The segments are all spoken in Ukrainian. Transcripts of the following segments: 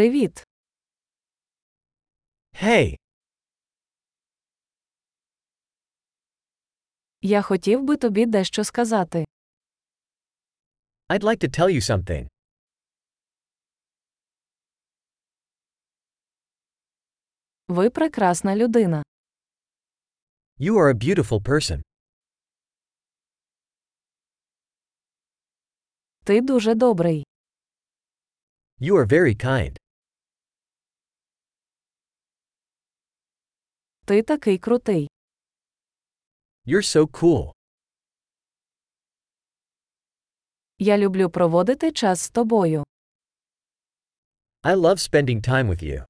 Привіт. Hey, Я хотів би тобі дещо сказати. I'd like to tell you something. Ви прекрасна людина. You are a beautiful person. Ти дуже добрий. You are very kind. Ти такий крутий. You're so cool. Я люблю проводити час з тобою. I love spending time with you.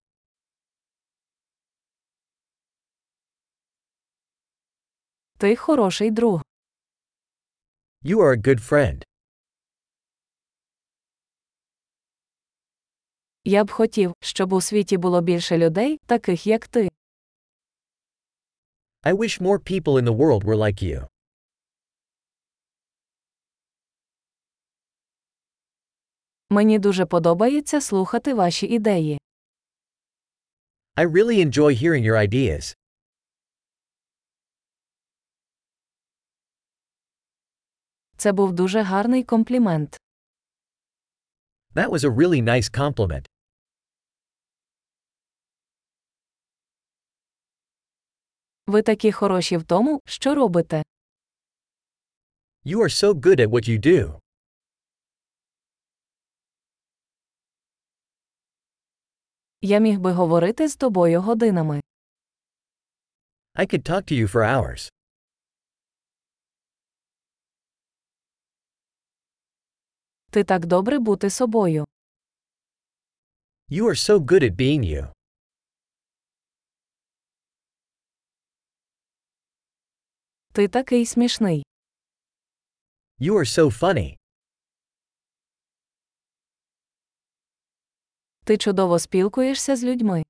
Ти хороший друг. You are a good friend. Я б хотів, щоб у світі було більше людей, таких як ти. I wish more people in the world were like you. Мені дуже подобається слухати ваші ідеї. I really enjoy hearing your ideas. Це був дуже гарний комплімент. That was a really nice compliment. Ви такі хороші в тому, що робите. You are so good at what you do. Я міг би говорити з тобою годинами. I could talk to you for hours. Ти так добре бути собою. You are so good at being you. Ти такий смішний. You are so funny. Ти чудово спілкуєшся з людьми.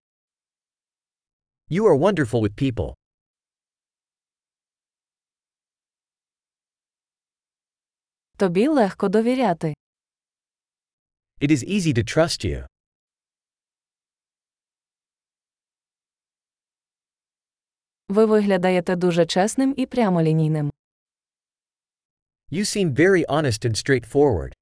You are wonderful with people. Тобі легко довіряти. It is easy to trust you. Ви виглядаєте дуже чесним і прямолінійним. You seem very honest and straightforward.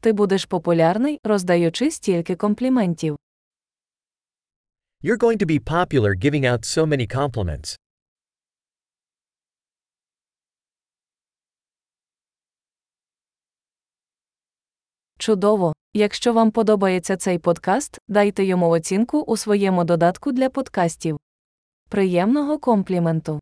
Ти будеш популярний, роздаючи стільки компліментів. You're going to be popular giving out so many compliments. Чудово! Якщо вам подобається цей подкаст, дайте йому оцінку у своєму додатку для подкастів. Приємного компліменту!